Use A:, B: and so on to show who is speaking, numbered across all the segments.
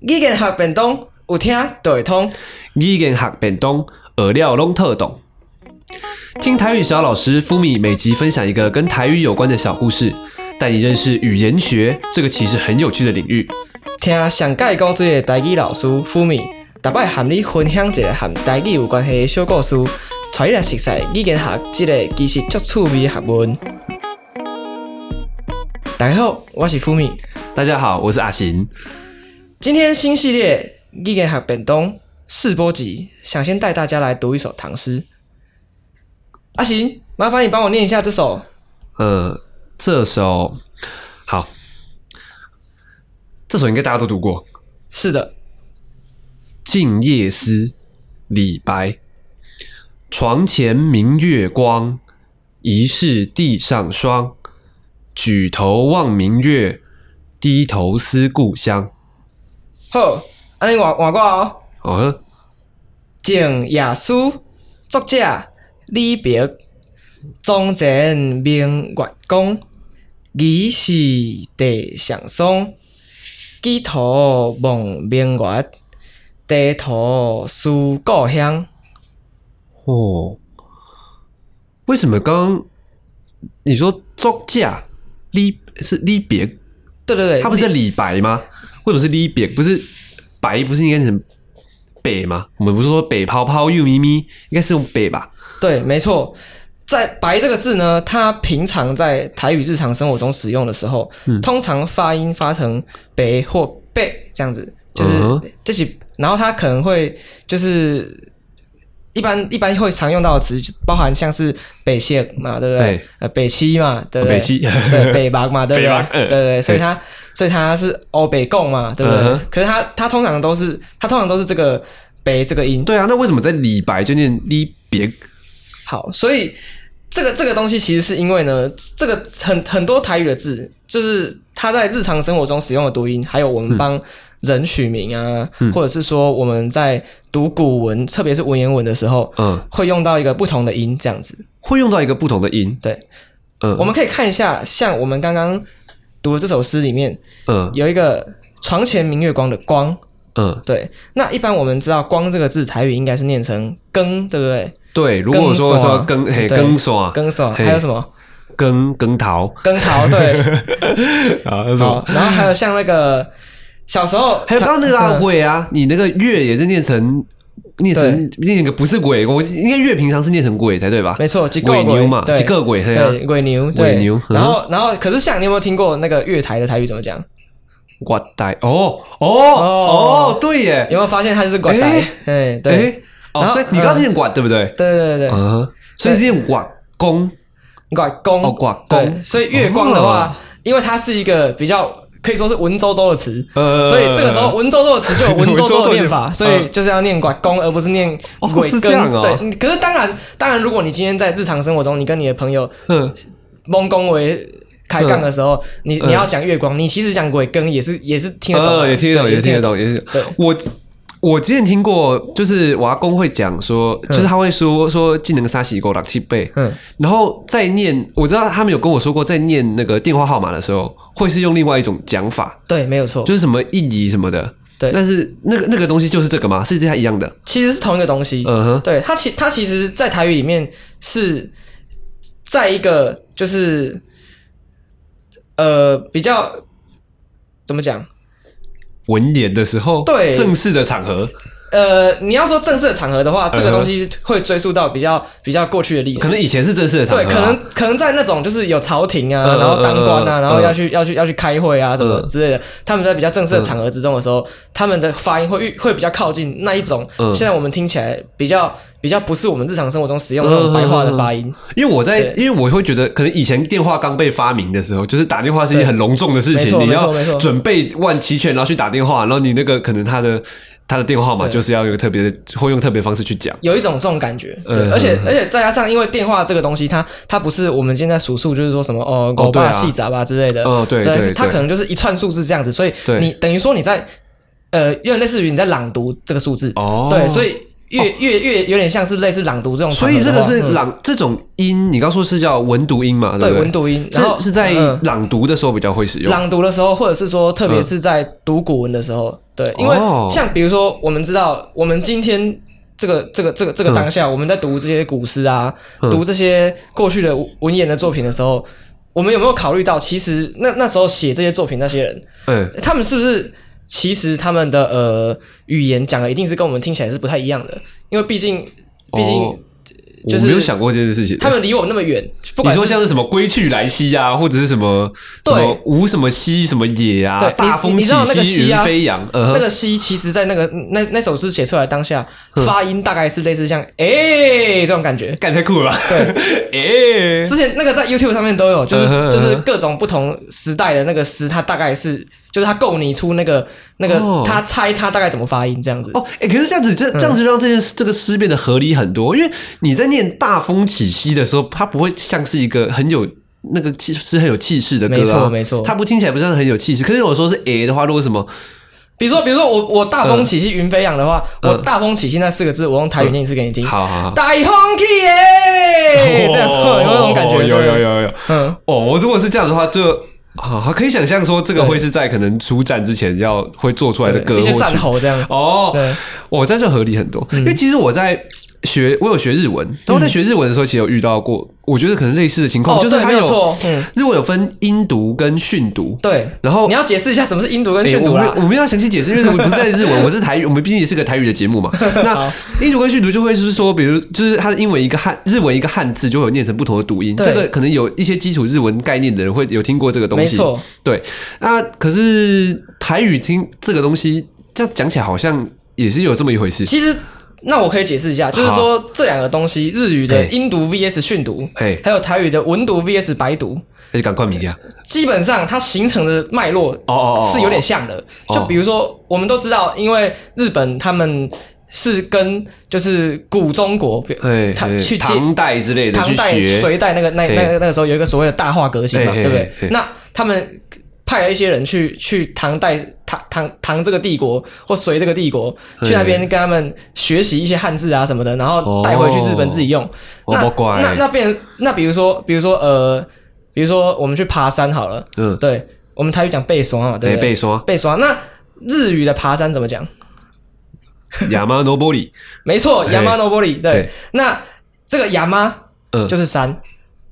A: 语言学便当，有听就会通。
B: 语言学便当，饵料拢特懂。听台语小老师 Fumi 每集分享一个跟台语有关的小故事，带你认识语言学这个其实很有趣的领域。
A: 听上届古锥的台语老师 Fumi，逐摆含你分享一个含台语有关系的小故事，带你来熟悉语言学这个其实足趣味的学问。大家好，我是 Fumi，
B: 大家好，我是阿行。
A: 今天新系列语言学便当试播集，想先带大家来读一首唐诗。阿行，麻烦你帮我念一下这首。
B: 呃，这首好，这首应该大家都读过，《
A: 是的，
B: 静夜思》李白。床前明月光，疑是地上霜。举头望明月，低头思故乡。
A: 好，安尼换换我哦。
B: 哦呵，
A: 《静夜思》作者李白。床前明月光，疑是地上霜。举头望明月，低头思故乡。
B: 哦，为什么刚刚你说作家李是李白，
A: 对对对，
B: 他不是叫李白吗？为什么是李白？不是白，不是应该是北吗？我们不是说北泡泡又咪咪，应该是用北吧？
A: 对，没错，在“白”这个字呢，它平常在台语日常生活中使用的时候，
B: 嗯
A: 通常发音发成“白”或“贝”这样子，就是
B: 嗯哼
A: 这些。然后它可能会就是一般一般会常用到的词，就包含像是北线嘛，对不对？
B: 对
A: 呃，北七嘛，对不对？
B: 北七
A: 对，北八嘛，对不
B: 北八
A: 对？对对
B: 嗯
A: 对，所以它所以它是欧北共嘛，对不对？
B: 嗯哼
A: 可是它它通常都是它通常都是这个“北”这个音，
B: 对啊，那为什么在李白就念李白？
A: 好，所以这个这个东西其实是因为呢，这个很很多台语的字，就是它在日常生活中使用的读音，还有我
B: 嗯
A: 们帮人取名啊，或者是说我们在读古文，特别是文言文的时候，
B: 嗯，
A: 会用到一个不同的音，这样子。
B: 会用到一个不同的音。
A: 对，
B: 嗯，
A: 我们可以看一下，像我们刚刚读的这首诗里面
B: 嗯
A: 有一个“床前明月光”的“光
B: 嗯”，，
A: 对，那一般我们知道“光”这个字，台语应该是念成“更”，对不对？
B: 对。如果
A: 更
B: 说说
A: 爽
B: 更嘿
A: 对
B: 更爽
A: 更什么？
B: 嘿
A: 还有什么？
B: 更 更桃
A: 更桃，对，
B: 啊，什
A: 好，？哦然后还有像那个小时候，
B: 还有刚刚那个啊
A: 嗯
B: 尾啊，你那个月也是念成念成念个不是鬼，我应该月平常是念成鬼才对吧？
A: 没错，几个
B: 鬼牛嘛，
A: 对
B: 几个鬼嘿啊，
A: 对，鬼牛，对
B: 鬼牛嗯
A: 然后，然后，可是像你有没有听过那个月台的台语怎么讲？
B: 我呆哦哦哦，对耶，
A: 有没有发现它就是管台
B: 哎？
A: 哎，对，
B: 哎哦
A: 然，后呃
B: 所以你刚刚是念管对不对？
A: 对对对对，
B: 嗯，所以是念管工
A: 管公，
B: 哦管
A: 对
B: 公
A: 所以月光的
B: 哦
A: 话，因为它是一个比较可以说是文绉绉的词，
B: 呃
A: 所以这个时候文绉绉的词就有文绉绉的念
B: 文绉绉的
A: 法，
B: 念
A: 所以就是要念“管公”，而不是念“
B: 嗯哦
A: 鬼
B: 是
A: 根”。
B: 这样哦
A: 对，嗯可是当然，当然，如果你今天在日常生活中，你跟你的朋友
B: 嗯
A: 蒙公为开杠的时候，你你要讲月光，你其实讲鬼根也是也是听得懂的，
B: 呃，也听得懂，
A: 对
B: 也是听得。懂，也是
A: 对
B: 我。我之前听过，就是我阿公会讲说，就是他会说说技能杀洗狗狼七倍，
A: 嗯，
B: 然后在念，我知道他们有跟我说过，在念那个电话号码的时候，会是用另外一种讲法，
A: 对，没有错，
B: 就是什么意义什么的。
A: 哦对
B: 但是那个那个东西就是这个吗？是它一样的？
A: 其实是同一个东西。
B: 嗯哼，
A: 对，它其它其实，在台语里面是在一个就是呃比较怎么讲？
B: 文言的时候，
A: 对
B: 正式的场合，
A: 呃，你要说正式的场合的话，这
B: 嗯
A: 个
B: 哼
A: 东西会追溯到比较比较过去的历史
B: 可。能以前是正式的场合
A: 对，
B: 啊、
A: 可能可能在那种就是有朝廷啊，
B: 嗯
A: 然后当官啊，
B: 嗯嗯
A: 然后要去要去要去开会啊，什么
B: 嗯
A: 之类的。他们在比较正式的场合之中的时候，他们的发音会会比较靠近那一种
B: 嗯。
A: 现在我们听起来比较比较不是我们日常生活中使用的那种白话的发音。
B: 因为我在，因
A: 对
B: 为我会觉得，可能以前电话刚被发明的时候，就是打电话是一件
A: 对
B: 很隆重的事
A: 没
B: 情，
A: 错
B: 你
A: 没错
B: 要
A: 没错
B: 准备万齐全，然后去打电话，然后你那个可能他的他的电话号码
A: 对
B: 就是要有特别的，会用特别方式去讲。
A: 有一种这种感觉，对，
B: 嗯
A: 而且
B: 嗯
A: 而且再加上，因为电话这个东西它，它不是我们现在数数，就是说什么哦，
B: 哦
A: 狗
B: 对啊
A: 爸细杂吧之类的，
B: 哦对对对
A: 它可能就是一串数字这样子，所以
B: 对
A: 你等于说你在呃，有点类似于你在朗读这个数字，
B: 哦
A: 对，所以越越越有点像是类似朗读这种场
B: 所
A: 合的
B: 以
A: 话，
B: 这个是
A: 嗯
B: 朗这种音，你刚说是叫文读音嘛？
A: 对
B: 不对
A: 文读音，然后
B: 是是在
A: 嗯
B: 朗读的时候比较会使用。
A: 朗读的时候，或者是说，特别是在读古文的时候，对，因为
B: 哦
A: 像比如说，我们知道，我们今天这个这个这个这个当下，我们在读这些古诗啊，
B: 嗯
A: 读这些过去的文言的作品的时候，我们有没有考虑到，其实那那时候写这些作品那些人，
B: 嗯，
A: 他们是不是其实他们的呃语言讲的一定是跟我们听起来是不太一样的，因为毕竟毕竟、
B: 哦
A: 就
B: 我
A: 是
B: 没有想过这件事情。
A: 他们离我们那么远，不
B: 你
A: 管
B: 说
A: 是
B: 像是什么归去来兮呀、或者是什么什
A: 对
B: 么无什么兮什么野啊，
A: 对你
B: 大风
A: 你
B: 起
A: 知道那个
B: 兮
A: 兮
B: 云
A: 啊
B: 飞扬，嗯哼
A: 那个“西”，其实，在那个那那首诗写出来当下，发音大概是类似像“哎、这种感觉。
B: 干太酷了吧？ 对，哎、
A: 之前那个在 YouTube 上面都有，就是、
B: 嗯哼
A: 就是各种不同时代的那个诗，它大概是就是它构拟出那个那个、
B: 哦
A: 他猜他大概怎么发音这样子。
B: 哦，哎、可是这样子，这这样子让这件事这个诗变得合理很多，因为你在念“大风起兮”的时候，它不会像是一个很有那个气是很有气势的歌、啊，
A: 没错没错
B: 它不听起来不像很有气势。可是如果说是“哎”的话，如果什么
A: 比如说比如说我我大风起兮云飞扬的话，
B: 嗯
A: 我大风起兮那四个字，我用台语念一次给你听，
B: 好好好，
A: 大风起耶，这样
B: 哦
A: 有那种感觉，
B: 有有
A: 对，
B: 有有。
A: 嗯，
B: 哦，我如果是这样的话，就好、好可以想象说，这个会是在可能出战之前要会做出来的歌
A: 一
B: 或
A: 些战
B: 曲
A: 吼这样，
B: 哦，
A: 对，嗯
B: 我这样就合理很多。因为其实我在学，我有学日文，然后在学日文的时候，其实有遇到过，我觉得可能类似的情况，
A: 哦，
B: 就是
A: 对
B: 它
A: 没有错，嗯。
B: 日文有分音读跟训读，
A: 对，
B: 然后哎
A: 你要解释一下什么是音读跟
B: 诶
A: 训读
B: 我
A: 啦。
B: 们我们要详细解释，因为我们不是在日 文，我是台语，我们毕竟也是个台语的节目嘛。那
A: 好
B: 音读跟训读就会是说，比如就是它的英文一个汉，日文一个汉字就会有念成不同的读音。
A: 对
B: 这个可能有一些基础日文概念的人会有听过这个东西。
A: 没错，
B: 对。那可是台语听这个东西，这样讲起来好像也是有这么一回事。
A: 其实那我可以解释一下，就是说这两个东西，日语的
B: 嘿
A: 音读 VS 训读，
B: 嘿
A: 还有台语的文读 VS 白读，
B: 那就赶快米啊！
A: 基本上它形成的脉络
B: 哦哦哦
A: 是有点像的。
B: 哦
A: 就比如说，我们都知道，因为日本他们是跟就是古中国，比
B: 哎，
A: 他
B: 嘿
A: 呃去接
B: 唐代之类的
A: 唐
B: 去
A: 代、
B: 学，
A: 隋代那个那
B: 嘿
A: 那个那个时候有一个所谓的大化革新嘛，
B: 嘿嘿
A: 对不
B: 嘿嘿
A: 对？那他们派了一些人去去唐代唐唐唐这个帝国或隋这个帝国
B: 嘿
A: 去那边跟他们学习一些汉字啊什么的，然后带回去日本自己用。
B: 哦
A: 那
B: 哦不怪
A: 那那变那比如说比如说呃，比如说我们去爬山好了，
B: 嗯，
A: 对我们台语讲背刷嘛，对
B: 哎，
A: 不对？
B: 被说
A: 背刷那。日语的爬山怎么讲？
B: 亚麻诺波里，
A: 没错
B: 嘿
A: ，yama nobori。
B: 对
A: 对，那这个 yama
B: 嗯，
A: 就是山，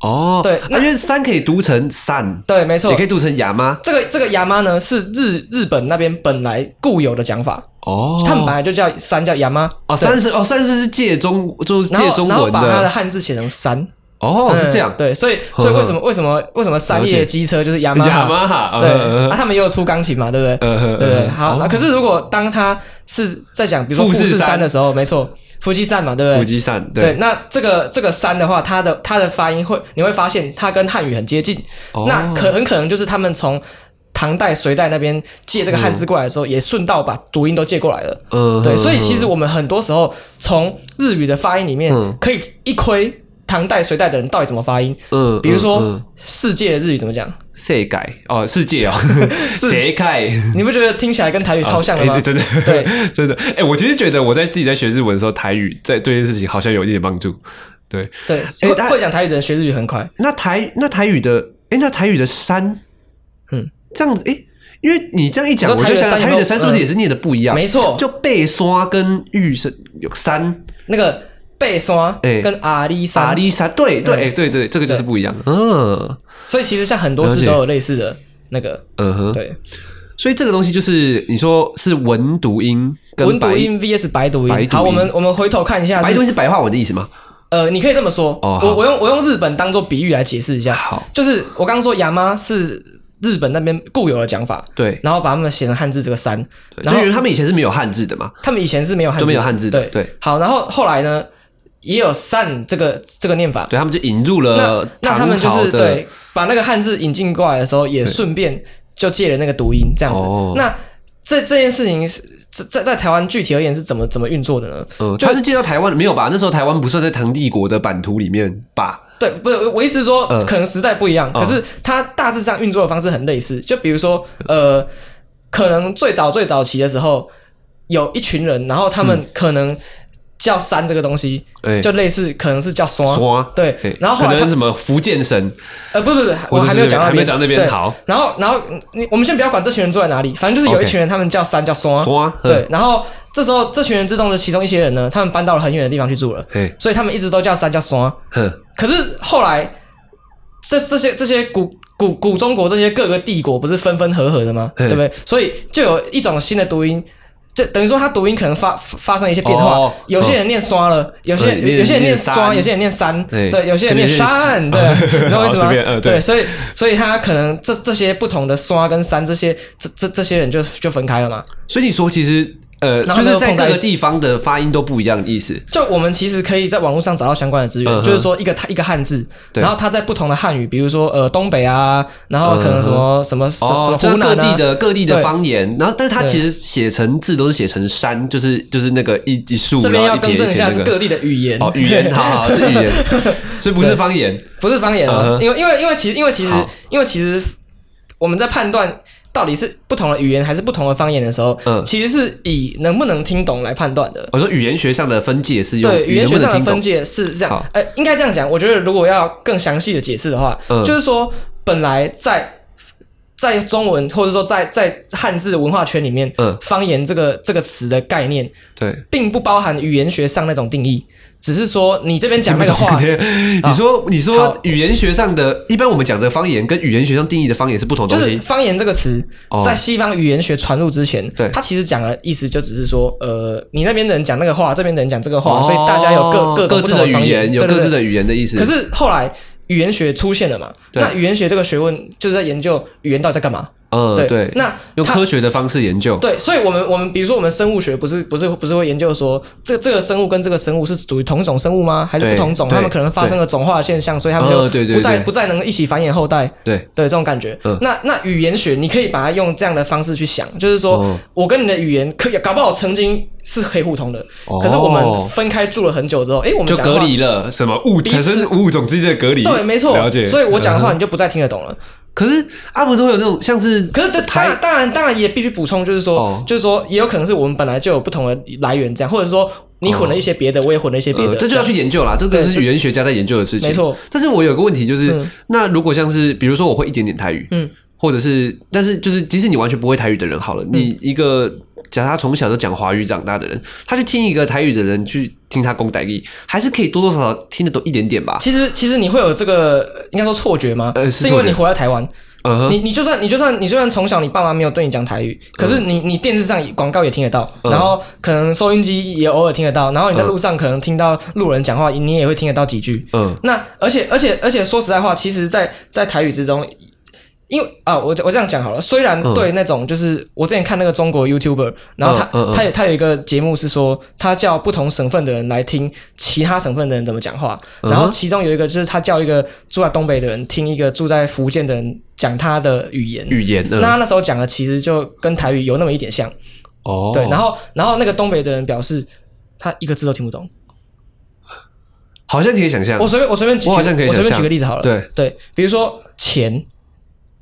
B: 哦，
A: 对
B: 啊
A: 那
B: 因为山可以读成散，
A: 对，没错
B: 也可。以读成亚麻，
A: 这个这个亚妈呢，是日日本那边本来固有的讲法，
B: 哦，
A: 他们本来就叫山叫亚妈对
B: 哦，三十哦，三十是借中，就是
A: 然
B: 借
A: 后
B: 中
A: 然后
B: 文
A: 把它的
B: 的，
A: 汉字写成山，
B: 哦，是这样
A: 嗯，对，所以所以为什么为什么为什么山
B: 了解
A: 叶机车就是亚妈？
B: 雅马哈，
A: 对，
B: 嗯
A: 啊，他们也有出钢琴嘛，对不对？
B: 嗯嗯
A: 对对，
B: 嗯
A: 好。那可是如果当他是在讲，比如说
B: 富
A: 富
B: 士
A: 士
B: 山
A: 山的时候，没错，富士山嘛，对不
B: 古
A: 对？
B: 籍散，
A: 对，
B: 对，
A: 那这个这个山的话，它的它的发音会，你会发现它跟汉语很接近。
B: 哦
A: 那可很可能就是他们从唐代、隋代那边借这个汉字过来的时候，也顺道把读音都借过来了。
B: 嗯
A: 对，所以其实我们很多时候从日语的发音里面
B: 嗯，
A: 可以一窥唐代、隋代的人到底怎么发音。
B: 嗯，
A: 比如说
B: 嗯，
A: 世界的日语怎么讲？
B: 世界哦，世界 哦，世界。
A: 你不觉得听起来跟台语超像的
B: 哎
A: 吗？
B: 真的，
A: 对，
B: 真的。哎，我其实觉得我在自己在学日文的时候，台语在对这件事情好像有一点帮助。对，
A: 对，
B: 哎
A: 会
B: 他
A: 会讲台语的人学日语很快。
B: 那台那台语的，哎、那台语的山，
A: 嗯，
B: 这样子，哎、因为你这样一讲，
A: 你
B: 我
A: 说
B: 就想
A: 台语的山
B: 想
A: 有
B: 台
A: 没
B: 语
A: 有嗯
B: 的山是不是也是念的不一样？
A: 没错
B: 就背刷跟玉山有山，
A: 那个贝山
B: 哎
A: 跟阿里山嗯
B: 沙，利山，对对，哎、对对，这个就是不一样。嗯
A: 所以其实像很多字都有类似的那个，
B: 嗯哼，
A: 对，
B: 所以这个东西就是你说是文读音跟
A: 文
B: 白
A: 读音 VS 白读
B: 白
A: 音。
B: 读
A: 好，我
B: 音
A: 们我们回头看一下
B: 白
A: 日
B: 读音是白话文的意思吗？
A: 呃，你可以这么说，
B: 哦好
A: 我我用我用日本当做比喻来解释一下，
B: 好，
A: 就是我刚刚说“牙妈”是日本那边固有的讲法，
B: 对，
A: 然后把它们写成汉字这个“山”，然
B: 所
A: 后
B: 以他们以前是没有汉字的嘛。
A: 他们以前是没有汉字的，
B: 就没有汉字的
A: 对
B: 对。
A: 好，然后后来呢，也有“善”这个这个念法，
B: 对他们就引入
A: 那
B: 了
A: 那他们就
B: 唐朝
A: 是
B: 的
A: 对把那个汉字引进过来的时候，也顺便就借了那个读音这样子。
B: 哦
A: 那这这件事情是这在在台湾具体而言是怎么怎么运作的呢？
B: 嗯，
A: 就
B: 他是介绍台湾的，没有吧？那时候台湾不算在唐帝国的版图里面吧？
A: 对，不是我意思是说
B: 嗯，
A: 可能时代不一样，
B: 嗯
A: 可是它大致上运作的方式很类似。就比如说，呃，
B: 嗯
A: 可能最早最早期的时候，有一群人，然后他们可能叫山这个东西，
B: 哎
A: 就类似可能是叫山，
B: 刷
A: 对
B: 嘿
A: 然后后
B: 可
A: 来
B: 能
A: 他
B: 什么福建省，
A: 呃，不不不，
B: 或
A: 我
B: 者
A: 还
B: 是
A: 没有讲到
B: 还没讲那边
A: 对
B: 好
A: 然后然后你我们先不要管这群人住在哪里，反正就是有一
B: OK 嗯
A: 群人，他们叫山叫山，
B: 刷
A: 对，，然后这时候这群人之中的其中一些人呢，他们搬到了很远的地方去住了，
B: 嘿，
A: 所以他们一直都叫山叫山。
B: 哼，
A: 可是后来，这这些这些古古古中国这些各个帝国不是分分合合的吗？
B: 嗯
A: 对不对？所以就有一种新的读音，就等于说它读音可能发发生一些变化。
B: 哦
A: 有些人念刷了，有些
B: 嗯念
A: 人有些人
B: 念
A: 念
B: 山
A: 刷，有些人念山，
B: 对
A: 对，有些人念山，
B: 可
A: 对
B: 能念，
A: 你懂我意思
B: 好
A: 吗
B: 随便？嗯对
A: 对，所以所以他可能这这些不同的刷跟山这些这这这些人就就分开了嘛。
B: 所以你说其实呃，
A: 然
B: 就
A: 后
B: 是
A: 就
B: 在
A: 碰
B: 各
A: 在
B: 个
A: 一起
B: 地方的发音都不一样的意思，
A: 就我们其实可以在网络上找到相关的资源，
B: 嗯哼
A: 就是说一个一个汉字，
B: 对
A: 然后它在不同的汉语，比如说呃东北啊，然后可能什么、什么什么
B: 哦，
A: 什么
B: 就
A: 湖南
B: 各
A: 啊，
B: 地的各地的
A: 对
B: 方言，然后但是它
A: 对
B: 其实写成字都是写成山，就是就是那个一一竖，
A: 这边
B: 然
A: 要
B: 后
A: 更
B: 一撇
A: 正一下
B: 撇
A: 是
B: 那个
A: 各地的语言，
B: 哦语言，
A: 对
B: 好好是语言，所以不是方言，
A: 不是方言
B: 嗯
A: 哦，
B: 哼
A: 因为因为因为其实因为其实
B: 好
A: 因为其实我们在判断到底是不同的语言还是不同的方言的时候，
B: 嗯
A: 其实是以能不能听懂来判断的。
B: 我哦说语言学上的分界是用
A: 对，语言学
B: 能不
A: 上
B: 能
A: 的
B: 听懂
A: 分界是这
B: 好
A: 样，呃，应该这样讲。我觉得如果要更详细的解释的话，
B: 嗯
A: 就是说本来在。在中文或者说在在汉字文化圈里面，
B: 嗯
A: 方言这个这个词的概念，
B: 对。
A: 并不包含语言学上那种定义，只是说你这边讲那个
B: 听不
A: 话
B: 懂，你说你说
A: 好
B: 语言学上的，一般我们讲的方言跟语言学上定义的方言是不同的
A: 就
B: 东
A: 是
B: 西。
A: 方言这个词
B: 哦，
A: 在西方语言学传入之前，
B: 对
A: 它其实讲的意思就只是说，呃，你那边的人讲那个话，这边的人讲这个话，
B: 哦
A: 所以大家有各各种
B: 各
A: 不
B: 自
A: 同
B: 的
A: 方
B: 语言，有
A: 对对
B: 各
A: 对
B: 自的语言的意思。
A: 可是后来语言学出现了嘛？
B: 对
A: 那语言学这个学问就是在研究语言到底在干嘛？
B: 嗯，
A: 对
B: 对，
A: 那
B: 用
A: 它
B: 科学的方式研究。
A: 对，所以我们我们比如说我们生物学不是不是不是会研究说这这个生物跟这个生物是属于同种生物吗？还是
B: 对
A: 不同种？
B: 对
A: 它们可能发生了种化的现象，所以它们
B: 嗯对
A: 就
B: 对
A: 不再
B: 对
A: 不再能一起繁衍后代。
B: 对，
A: 对这种感觉，
B: 嗯
A: 那那语言学你可以把它用这样的方式去想，就是说、
B: 哦
A: 我跟你的语言可搞不好曾经是可以互通的，
B: 哦
A: 可是我们分开住了很久之后，诶，我们
B: 就
A: 讲的
B: 隔
A: 话
B: 离了什么物
A: 彼此
B: 产生物种之间的隔离。
A: 对，没错
B: 了解。，
A: 所以我讲的
B: 嗯
A: 话你就不再听得懂了。
B: 可是阿不是会有那种像是，
A: 可是当当
B: 台
A: 然当然当然也必须补充，就是说、
B: 哦
A: 就是说也有可能是我们本来就有不同的来源这样，或者说你混了一些别的，我也混了一些别的，
B: 呃这就要去研究啦，这个
A: 对
B: 是
A: 这
B: 语言学家在研究的事情。
A: 没错。
B: 但是我有个问题就是，
A: 嗯
B: 那如果像是比如说我会一点点台语，
A: 嗯，
B: 或者是但是就是即使你完全不会台语的人好了，
A: 嗯
B: 你一个假设他从小就讲华语长大的人，他去听一个台语的人去听他公台语，还是可以多多少少听得懂一点点吧。
A: 其实其实你会有这个呃应该说错觉吗？
B: 呃是
A: 是因
B: 错
A: 为
B: 觉
A: 你活在台湾，
B: 嗯哼，
A: 你你就算你就算你就算从小你爸妈没有对你讲台语，可是你你电视上广告也听得到，
B: 嗯
A: 然后可能收音机也偶尔听得到，然后你在路上可能听到路人讲话，你也会听得到几句。
B: 嗯，
A: 那而且而且而且说实在话，其实在，在台语之中，因为啊，我我这样讲好了。虽然
B: 嗯
A: 对那种就是我之前看那个中国 YouTuber，然后他、
B: 嗯嗯嗯
A: 他有他有一个节目是说，他叫不同省份的人来听其他省份的人怎么讲话，
B: 嗯哼
A: 然后其中有一个就是他叫一个住在东北的人听一个住在福建的人讲他的语言。
B: 语言嗯
A: 那他那时候讲的其实就跟台语有那么一点像，
B: 哦，
A: 对。然
B: 后
A: 后然后那个东北的人表示他一个字都听不懂。
B: 好像可以想象
A: 我，随便我随便举
B: 我好像可以
A: 我随
B: 想
A: 便
B: 象
A: 举个例子好了。
B: 对
A: 对，比如说钱，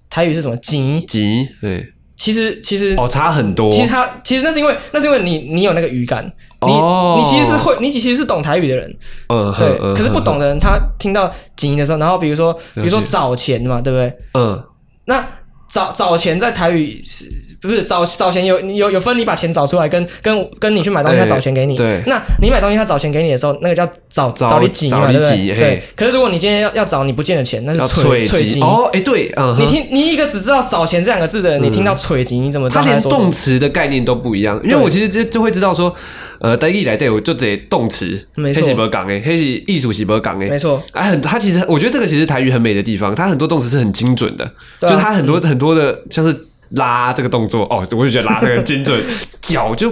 A: 台语是什么？钱。
B: 急对
A: 其实其实、
B: 哦差很多，
A: 其实它其实那是因为那是因为你你有那个语感，你、
B: 哦
A: 你其实是会你其实是懂台语的人，
B: 嗯
A: 对。
B: 哼嗯
A: 可是不懂的人他听到钱的时候，然后比如说比如说
B: 了解
A: 找钱嘛，对不对？
B: 嗯
A: 那找找钱在台语是不是找找钱有有有分？你把钱找出来跟，跟跟你去买东西，
B: 哎
A: 他找钱给你。
B: 对
A: 那你买东西，他找钱给你的时候，那个叫找
B: 找
A: 你挤嘛，
B: 找你
A: 对不
B: 挤
A: 对？
B: 嘿
A: 对。可是如果你今天要要找你不见的钱，那是
B: 要
A: 催催
B: 鸡
A: 金。
B: 哦，哎对，嗯哼
A: 你听，你一个只知道找钱这两个字的人，你听到催金，你怎么知
B: 它
A: 道他
B: 连
A: 在说什
B: 动
A: 么？
B: 词的概念都不一样，因为
A: 对
B: 我其实就就会知道说，呃，单一来对我就直接动词，
A: 没错
B: 黑是不讲诶，黑是艺术是不讲诶
A: 没，错，
B: 哎，很它其实我觉得这个其实台语很美的地方，它很多动词是很精准的，就
A: 对啊
B: 是它很多很多的像是。拉这个动作哦，我就觉得拉这个很精准，脚就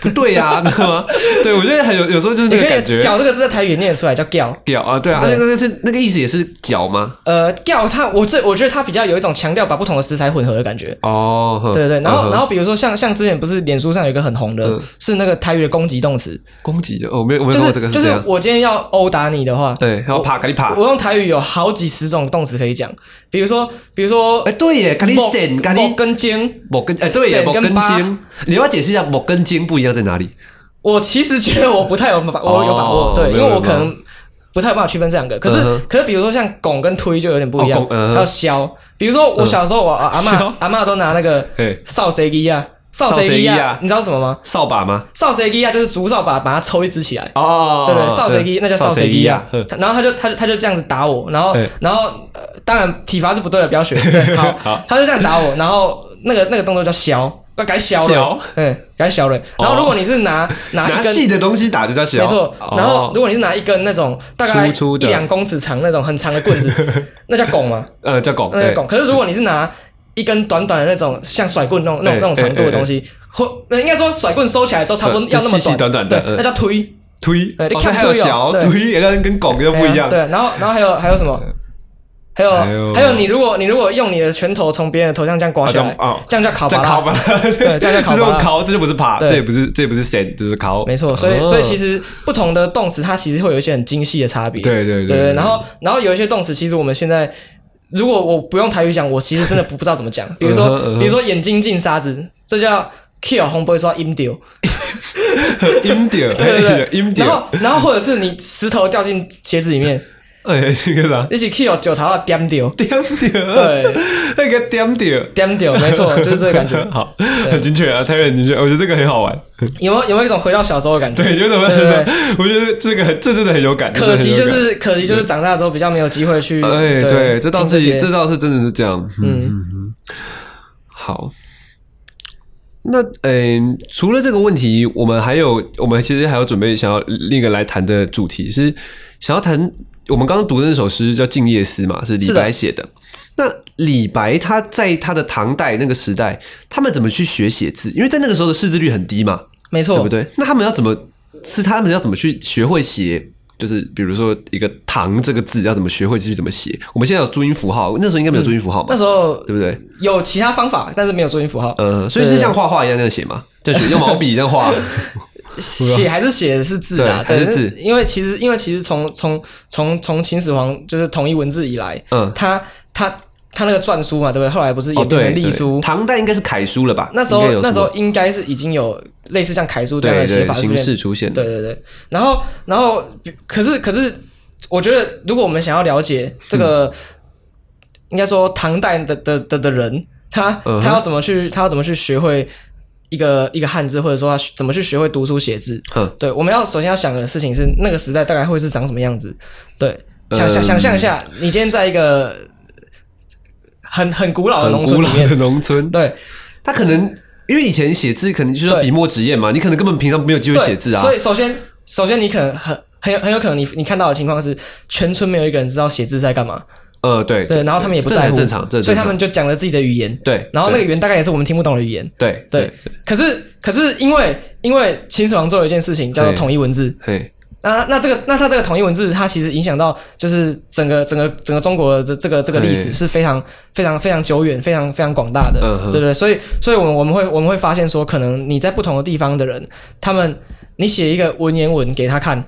B: 不对呀、 啊，你知道吗？对我觉得很有有时候就是
A: 你
B: 那哎个
A: 可
B: 感觉
A: 以，脚这个字在台语也念得出来叫叫。
B: 脚啊，对啊，
A: 对
B: 那那是那个意思也是脚吗？
A: 呃，叫它，我这我觉得它比较有一种强调把不同的食材混合的感觉。
B: 哦，哼
A: 对对，对然
B: 嗯
A: 后
B: 哼
A: 然后比如说像像之前不是脸书上有一个很红的
B: 嗯，
A: 是那个台语的攻击动词，
B: 攻击的哦，我没有我没有
A: 就是
B: 看过这个
A: 就是
B: 这样，
A: 我今天要殴打你的话，
B: 对，然后啪，赶紧啪，
A: 我用台语有好几十种动词可以讲，比如说比如说
B: 哎，对耶，赶紧省，赶紧
A: 跟尖，
B: 某根哎，对耶，
A: 省
B: 某
A: 跟
B: 根
A: 疤
B: 筋，你要不要解释一下某根筋不一样在哪里？
A: 我其实觉得我不太有把，我有把握，
B: 哦
A: 对，因
B: 没
A: 为
B: 有
A: 我
B: 没有
A: 可能不太有办法区分这两个。可是，
B: 嗯哼
A: 可是比如说像拱跟推就有点不一样
B: 哦，拱嗯哼嗯
A: 还有削。比如说我小时候，我阿
B: 削
A: 妈阿妈都拿那个
B: 嘿
A: 扫谁机啊，扫谁机
B: 扫帚机
A: 啊
B: 啊，
A: 你知道什么吗？
B: 扫把吗？
A: 扫谁机啊就是竹扫把，把它抽一支起来。
B: 哦
A: 对对，扫谁机那叫扫谁机啊
B: 嗯，
A: 他然后他就他就他就这样子打我，然后
B: 嗯
A: 然后呃当然体罚是不对的，不要 学。对好
B: 好，
A: 他就这样打我，然后那个那个动作叫削，要改削
B: 削
A: 了，
B: 哦
A: 嗯，改削了。然后如果你是拿拿
B: 拿
A: 一根
B: 细的东西打就叫小，
A: 没错。然后如
B: 哦
A: 果你是拿一根那种大概
B: 粗粗
A: 一
B: 的
A: 两公尺长那种很长的棍 子，那叫拱嘛，
B: 呃叫拱，
A: 那叫
B: 对
A: 拱。可是如果你是拿一根短短的那种像甩棍那种那种
B: 哎
A: 那种长度的
B: 哎哎
A: 东西，或那应该说甩棍收起来之后差不多要那么
B: 就细细短短的
A: 对，
B: 嗯
A: 那叫推。
B: 推，
A: 哎你
B: 哦
A: 看
B: 所以还有
A: 推哦
B: 小
A: 对
B: 推，也跟跟拱就不一样
A: 对，啊，对然后然后还有还有什么？还有
B: 还有
A: 还有，你如果你如果用你的拳头从别人的头上这样刮下来
B: 啊这样哦，
A: 这样叫考
B: 在
A: 拔
B: 考吧
A: 拉。，对这样叫考吧
B: 这种考，这就不是爬，
A: 对
B: 这也不是，这也不是闪，这是哦考，
A: 没错，所以所以其
B: 实
A: 实不同的动词，它其实会有一些很精细的差别。
B: 对对
A: 对
B: 对
A: 然后然后有一些动词，其实我们现在如果我不用台语讲，我其实真的不不知道怎么讲。比如
B: 嗯哼嗯
A: 说
B: 哼
A: 比如说眼睛进沙子，这叫 kill 红不会说 im 丢，
B: 音调，
A: 对对 对，
B: 音
A: 然
B: 调
A: 后，然后或者是你石头掉进鞋子里面，
B: 哎，这个啥？
A: 一起 kill 九头要点丢，
B: 点掉，
A: 对，
B: 那个点掉，
A: 点丢，没错，就是这个感觉。
B: 好，很精确啊，泰瑞很精确，我觉得这个很好玩。
A: 有没有有没有一种回到小时候的感觉？
B: 对，有什么？
A: 对对对
B: 我觉得这个很，这真的很有感。
A: 可惜
B: 真
A: 就
B: 的很有
A: 是可惜就是长大之后比较没有机会去。
B: 感，哎，对，这倒是，
A: 听些
B: 这倒是真的是这样。嗯，
A: 嗯
B: 好。那嗯、除了这个问题，我们还有，我们其实还有准备想要另一个来谈的主题是，想要谈我们刚刚读的那首诗叫《静夜思》嘛，是李
A: 是的
B: 白写的。那李白他在他的唐代那个时代，他们怎么去学写字？因为在那个时候的识字率很低嘛，
A: 没错，
B: 对不对？那他们要怎么是他们要怎么去学会写？就是比如说一个“唐”这个字要怎么学会去怎么写？我们现在有注音符号，那时候应该没有注音符号嘛，
A: 那时候
B: 对不对？
A: 有其他方法，但是没有注音符号。
B: 呃，所以是像画画一样那样写嘛，就学用毛笔这 样画。
A: 写还是写的是字啊，
B: 对还是
A: 但
B: 字
A: 因为其实因为其实从从从从秦始皇就是统一文字以来，
B: 嗯，
A: 他他他那个篆书嘛，对不对？后来不是
B: 哦
A: 演变
B: 对，
A: 成隶
B: 对
A: 书。
B: 唐代应该是楷书了吧？
A: 那时
B: 应
A: 候
B: 该有
A: 那
B: 什
A: 时
B: 么
A: 候应该是已经有类似像楷书这样的
B: 对
A: 写
B: 对
A: 法出
B: 形
A: 现
B: 式出现，
A: 对对对，然后然后可是可是，我觉得如果我们想要了解这个，
B: 嗯
A: 应该说唐代的的的的人，他
B: 嗯哼
A: 他要怎么去他要怎么去学会一个一个汉字，或者说他学怎么去学会读书写字。
B: 哼，
A: 对，我们要首先要想的事情是那个时代大概会是长什么样子。对，想想
B: 嗯
A: 想象一下，你今天在一个很很古老的
B: 很
A: 呃农
B: 古
A: 村里
B: 老
A: 面，
B: 的 农村，
A: 对，
B: 他可能因为以前写字可能就是要
A: 对
B: 笔墨纸砚嘛，你可能根本平常没有机会
A: 对，
B: 写字啊。
A: 所以首先，首先你可能很很有很有可能你你看到的情况是，全村没有一个人知道写字是在干嘛，
B: 呃，对
A: 对，然后他们也不
B: 这
A: 在
B: 很
A: 乎，
B: 正常，这很
A: 所以
B: 正
A: 他
B: 常
A: 们就讲了自己的语言，
B: 对，
A: 然后那
B: 对
A: 个语言大概也是我们听不懂的语言，
B: 对
A: 对。可是可是因为因为秦始皇做了一件事情叫做
B: 对
A: 统一文字，
B: 嘿，
A: 那那这个那他这个统一文字，它其实影响到就是整个整个整个中国的这个这个历史
B: 对
A: 是非常非常非常久远、非常非常广大的，
B: 嗯哼
A: 对不对？所以所以我们我们会我们会发现说，可能你在不同的地方的人，他们你写一个文言文给他看，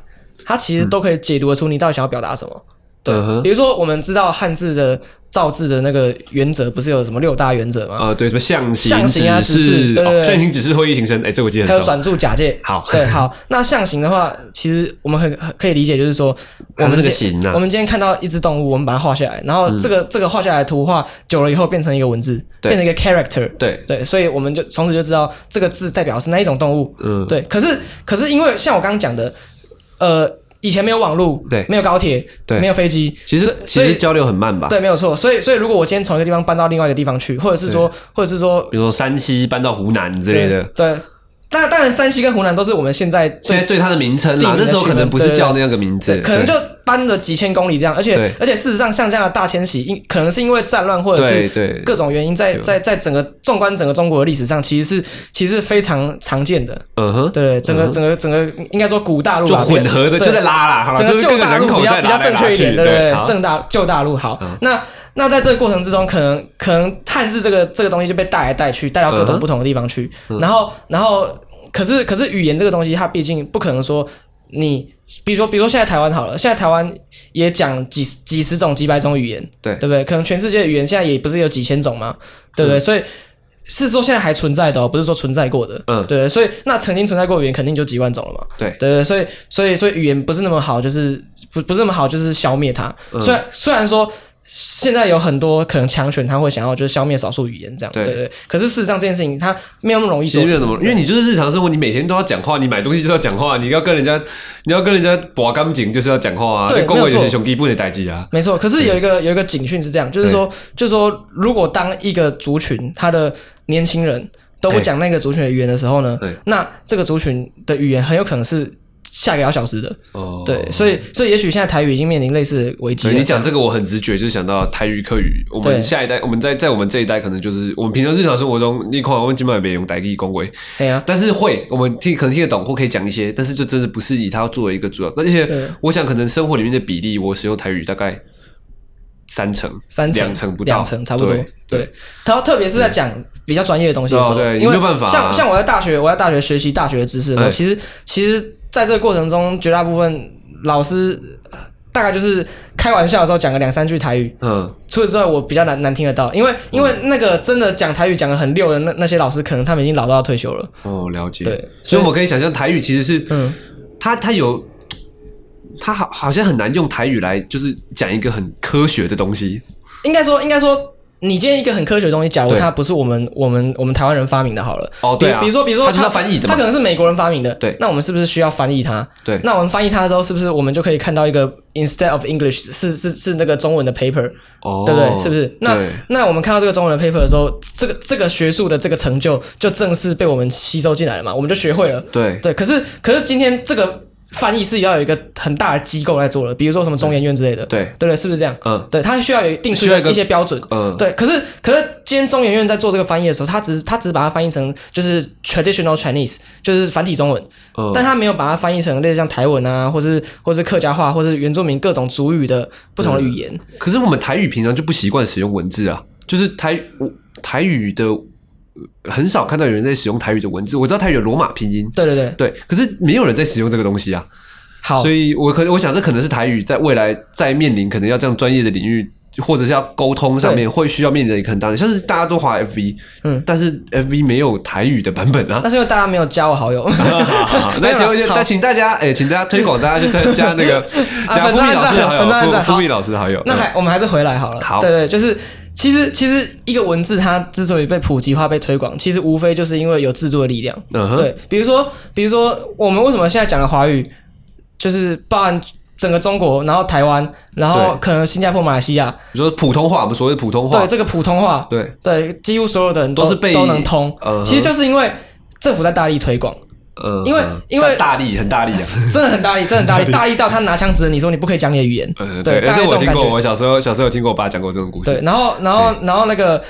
A: 他其实都可以解读得出你到底想要表达什么。对
B: 嗯，哼
A: 比如说我们知道汉字的造字的那个原则，不是有什么六大原则吗？
B: 啊，对，什么象形、
A: 象形啊
B: 指
A: 指示
B: 示
A: 对对
B: 哦
A: 对
B: 象形、指示、会议形成，哎，这我记得
A: 还有
B: 很熟。
A: 转注假借。
B: 好
A: 对，好。那象形的话，其实我们很很可以理解，就是说我
B: 它
A: 们
B: 是
A: 今
B: 那个形啊嗯
A: 我们今天看到一只动物，我们把它画下来，然后这个、这个画下来的图画久了以后变成一个文字，
B: 对
A: 变成一个 character。
B: 对，
A: 对，所以我们就从此就知道这个字代表是哪一种动物。
B: 嗯，
A: 对，可是可是因为像我刚刚讲的，呃，以前没有网络，
B: 对
A: 没有高铁，
B: 对
A: 没有飞机，
B: 其
A: 所
B: 实
A: 以
B: 其
A: 所
B: 实
A: 以。
B: 交流很慢吧？
A: 对，没有错。所以，所以如果我今天从一个地方搬到另外一个地方去，或者是说，或者是说
B: 比如说山西搬到湖南之类的，
A: 对，但当然山西跟湖南都是我们现在
B: 现
A: 最
B: 在对它的名称
A: 地名
B: 啦，
A: 的
B: 那时候可能不
A: 区
B: 是
A: 分
B: 叫那样个名字
A: 对，，可能
B: 对
A: 就搬了几千公里这样，而且
B: 对
A: 而且事实上，像这样的大迁徙，因可能是因为战乱或者
B: 对
A: 是
B: 对
A: 各种原因在，
B: 有
A: 在在整个纵观整个中国的历史上，其实是其实是非常常见的。
B: 嗯哼，
A: 对，整个、整个整个应该说古大陆
B: 就
A: 吧
B: 混合的
A: 对
B: 就在拉啦，好吧
A: 整个
B: 就是
A: 旧
B: 各个
A: 大陆
B: 人口
A: 比较
B: 在
A: 比
B: 拉
A: 较
B: 来
A: 正
B: 拉
A: 确一
B: 去
A: 点，对对
B: 对，
A: 对，
B: 好嗯
A: 正大旧大陆好。那那在这个过程之中，可能可能汉字这个这个东西就被带来带去，带到各
B: 嗯
A: 种
B: 哼嗯
A: 不同的地方去。然后然后，可是可是语言这个东西，它毕竟不可能说你，比如说比如说现在台湾好了，现在台湾也讲几几十种几百种语言，
B: 对
A: 对不对？可能全世界的语言现在也不是有几千种嘛，对不对？所以是说现在还存在的、哦，不是说存在过的。
B: 嗯
A: 对，所以那曾经存在过的语言肯定就几万种了嘛。
B: 对
A: 对对，所以所以所以语言不是那么好，就是不不是那么好，就是消灭它。
B: 嗯
A: 虽然虽然说现在有很多可能强权，他会想要就是消灭少数语言这样，
B: 对
A: 对对。可是事实上这件事情它没有那么容易
B: 其
A: 做
B: 实没。有那么，因为你就是日常生活，你每天都要讲话，你买东西就是要讲话，你要跟人家，你要跟人家拔钢筋就是要讲话啊，
A: 对
B: 恭
A: 没有
B: 维
A: 错
B: 就是兄弟不能代际啊，
A: 没错，可是有一个有一个警讯是这样，就是说，就是说，如果当一个族群他的年轻人都不
B: 对
A: 讲那个族群的语言的时候呢
B: 对，
A: 那这个族群的语言很有可能是下个要消失的。
B: 哦，
A: 对，所以所以也许现在台语已经面临类似的危机
B: 对。
A: 了
B: 你。讲这个，我很直觉就想到台语、客语。我
A: 对
B: 们下一代，我们在在我们这一代，可能就是我们平常日常生活中，你看我们基本上也用台语恭维，
A: 哎呀，
B: 但是会，我们听可能听得懂或可以讲一些，但是就真的不是以它作为一个主要。而且
A: 对
B: 我想，可能生活里面的比例，我使用台语大概三成、
A: 三成、
B: 两成不到，
A: 两成差不多
B: 对。嗯
A: 对，他特别是在讲比较专业的东西的时候，
B: 对啊对
A: 因为
B: 你没有办法啊
A: 像像我在大学，我在大学学习大学的知识的时候，
B: 哎
A: 其实其实在这个过程中，绝大部分老师呃大概就是开玩笑的时候讲个两三句台语。
B: 嗯，
A: 除此之外，我比较难难听得到，因为因为那个真的讲台语讲的很溜的那那些老师，可能他们已经老到要退休了。
B: 哦，了解。
A: 对
B: 所以我们可以想象，台语其实是
A: 嗯，
B: 它它有。它好，好像很难用台语来，就是讲一个很科学的东西。
A: 应该说应该说，你今天一个很科学的东西，假如
B: 对
A: 它不是我们我们我们台湾人发明的好了，
B: 哦对啊
A: 比比如说比如说
B: 它就是要翻译的嘛
A: 它可能是美国人发明的，
B: 对
A: 那我们是不是需要翻译它？
B: 对，
A: 那我们翻译它之后，是不是我们就可以看到一个 instead of English 是是是那个中文的 paper，、
B: 哦，
A: 对不对？是不是？那
B: 对
A: 那我们看到这个中文的 paper 的时候，这个这个学术的这个成就就正式被我们吸收进来了嘛，我们就学会了。
B: 对
A: 对，可是可是今天这个翻译是要有一个很大的机构来做的，比如说什么中研院之类的，
B: 对，
A: 对对，是不是这样？
B: 嗯
A: 对，它需要有定出
B: 需要一个
A: 一些标准。
B: 嗯，
A: 对，可是可是今天中研院在做这个翻译的时候，他只是他只是把它翻译成就是 traditional Chinese，就是繁体中文，
B: 嗯
A: 但他没有把它翻译成类似像台文啊，或是或是客家话，或是原住民各种族语的不同的语言。
B: 可是我们台语平常就不习惯使用文字啊，就是台我台语的呃很少看到有人在使用台语的文字。我知道台语有罗马拼音，
A: 对对对，
B: 对，可是没有人在使用这个东西啊。
A: 好
B: 所，以我可我想这可能是台语在未来在面临可能要这样专业的领域。或者是要沟通上面会需要面临的一个很大的，像是大家都滑 FV，
A: 嗯
B: 但是 FV 没有台语的版本啊
A: 那。是因为大家没有加我 好友。没有
B: 那
A: 啦
B: 请问一下，
A: 好
B: 那请大家，哎、请大家推广，大家去参加那个
A: 啊
B: 加
A: 粉
B: 付
A: 专
B: 密老
A: 按
B: 师
A: 赞
B: 好
A: 粉专按
B: 友，
A: 赞
B: 付付密
A: 好
B: 老师好友。
A: 那
B: 嗯
A: 还我们还是回来好了。
B: 好
A: 对对，就是其实其实一个文字它之所以被普及化、被推广，其实无非就是因为有制度的力量。
B: 嗯哼
A: 对，比如说比如说我们为什么现在讲的华语，就是包含整个中国，然后台湾，然后
B: 对
A: 可能新加坡、马来西亚，
B: 你说普通话，我们所谓的普通话
A: 对，这个普通话，
B: 对，
A: 对几乎所有的人
B: 都是被
A: 都能通
B: 嗯。哼
A: 其实就是因为政府在大力推广，
B: 呃，
A: 因为
B: 呃
A: 因为
B: 大大力很大力讲，
A: 真的很大力，真的很 大力，大力到他拿枪指着你说你不可以讲你的语言。
B: 呃，
A: 对，
B: 对，
A: 大
B: 但
A: 概这
B: 是我
A: 种
B: 听
A: 感觉
B: 过，。我小时候小时候有听过我爸讲过这种故
A: 对，
B: 事，
A: 然后然后然后那个，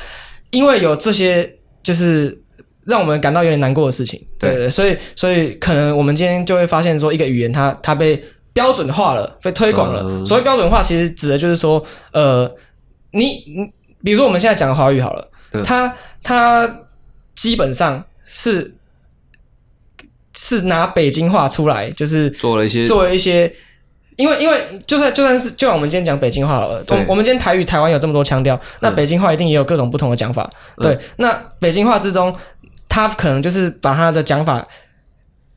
A: 因为有这些就是让我们感到有点难过的事情，对
B: 对
A: 对，所以所以可能我们今天就会发现说，一个语言它它被标准化了，被推广了。
B: 嗯
A: 所谓标准化，其实指的就是说，呃，你你比如说我们现在讲的华语好了，
B: 嗯
A: 它它基本上是。是拿北京话出来，就是
B: 做了一些
A: 作为一些，因为因为就算就算是就像我们今天讲北京话好了，我
B: 对
A: 们我们今天台语台湾有这么多腔调，那北京话一定也有各种不同的讲法。
B: 嗯
A: 对，那北京话之中，他可能就是把他的讲法，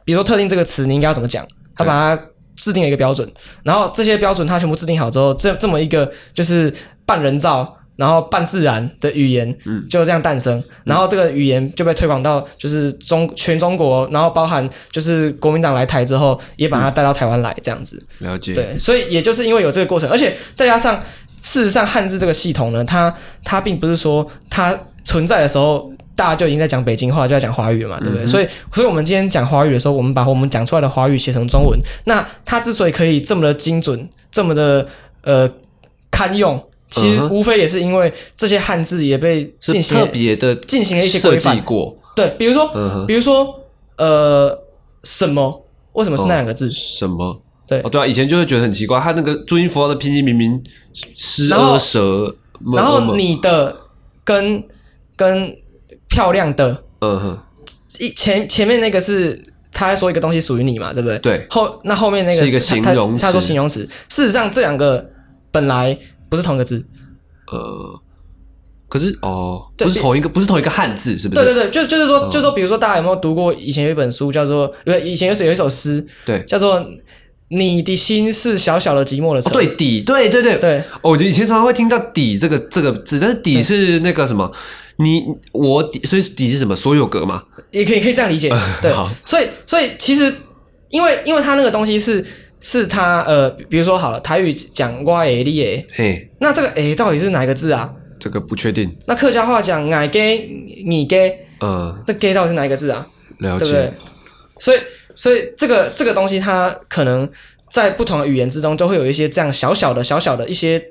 A: 比如说特定这个词你应该要怎么讲，他
B: 对
A: 把它制定了一个标准，然后这些标准他全部制定好之后，这这么一个就是半人造。然后半自然的语言
B: 嗯
A: 就这样诞生，然后这个语言就被推广到就是中全中国，然后包含就是国民党来台之后，也把它
B: 嗯
A: 带到台湾来这样子。
B: 了解，
A: 对，所以也就是因为有这个过程，而且再加上事实上汉字这个系统呢，它它并不是说它存在的时候。大家就已经在讲北京话，就在讲华语了嘛，对
B: 嗯
A: 不对？所以，所以我们今天讲华语的时候，我们把我们讲出来的华语写成中文。那它之所以可以这么的精准，这么的呃堪用，其实
B: 嗯哼
A: 无非也是因为这些汉字也被进
B: 是
A: 行
B: 嗯特
A: 了
B: 别的
A: 进行了一些
B: 设
A: 规
B: 计
A: 范。
B: 过，
A: 对，比如说，
B: 嗯哼，
A: 比如说，呃，什么？为什么是
B: 哦
A: 那两个字？
B: 什么？
A: 对
B: 哦，对啊，以前就会觉得很奇怪，他那个注音符号的拼音明明是
A: 然后
B: 呃蛇，么
A: 然
B: 么
A: 后你的跟跟漂亮的
B: 嗯哼，
A: 一前前面那个是他在说一个东西属于你嘛，对不对？
B: 对
A: 后那后面那个
B: 是一个
A: 他
B: 形
A: 他
B: 容词
A: 他说形容词。事实上，这两个本来不是同一个字，
B: 呃，可是哦，
A: 对
B: 不是同一个，不是同一个汉字，是不
A: 对
B: 是？哦
A: 对对，就就是说，就是说，比如说，大家有没有读过以前有一本书叫做，不是，以前有有一首诗
B: 对
A: 叫做《你的心是小小的寂寞的
B: 哦
A: 城》。
B: 对底，对对对
A: 对
B: 哦，我以前常常会听到“底”这个这个字，但是“底”是那个什么，你我底，所以“底”是什么？所有格嘛？
A: 也可以可以这样理解，对
B: 好，
A: 所以所以其实因为因为他那个东西是是他呃，比如说好了，台语讲瓜诶哩诶，
B: 嘿，
A: 那这个诶到底是哪一个字啊？
B: 这个不确定。
A: 那客家话讲矮给你给，
B: 嗯，
A: 那给到底是哪一个字啊？
B: 了
A: 对不
B: 解
A: 对。？所以所以这个这个东西它可能在不同的语言之中，就会有一些这样小小的小小的一些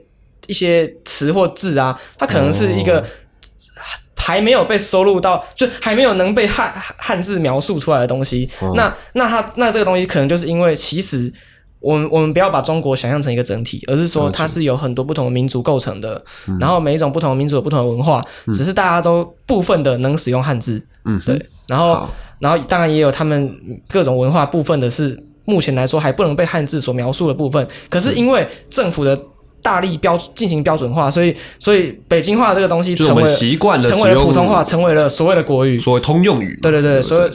A: 一些词或字啊，它可能是一个。
B: 哦
A: 还没有被收录到，就还没有能被汉汉字描述出来的东西。
B: 哦
A: 那那它那这个东西可能就是因为其实我们我们不要把中国想象成一个整体，而是说它是有很多不同的民族构成的，
B: 嗯
A: 然后每一种不同的民族有不同的文化，只是大家都部分的能使用汉字，
B: 嗯哼，
A: 对，然后
B: 好
A: 然后当然也有他们各种文化部分的是目前来说还不能被汉字所描述的部分，可是因为政府的。大力标进行标准化，所以所以北京话这个东西
B: 就是
A: 成为
B: 我们
A: 了
B: 习惯了
A: 成
B: 使
A: 为了
B: 用
A: 普通话，，成为了所谓的国语。
B: 所谓通用语嘛。
A: 对对对，所以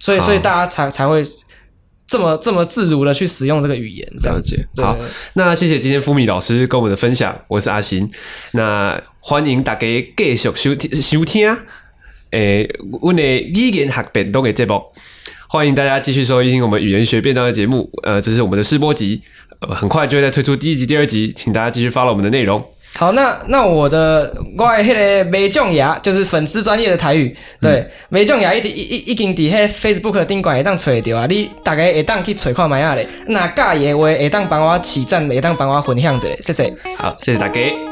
A: 所以
B: 好
A: 所以大家才才会这么这么自如的去使用这个语言，这
B: 了
A: 样子。
B: 解。
A: 对
B: 好，那谢谢今天福米老师跟我们的分享，我是阿行。那欢迎大家继续收听收听，诶、我的语言学变动的节目，欢迎大家继续收听我们语言学变动的节目。呃，这是我们的试播集，呃，很快就会再推出第一集、第二集，请大家继续 follow 我们的内容。
A: 好，那那我的我的迄个梅种牙就是粉丝专业的台语，对，梅种牙一直一一已经伫迄 Facebook 顶管会当找着啊，你大概会当去找看卖啊咧。若喜欢的话，会当帮我起赞，会当帮我分享一下，谢谢。
B: 好，谢谢大家。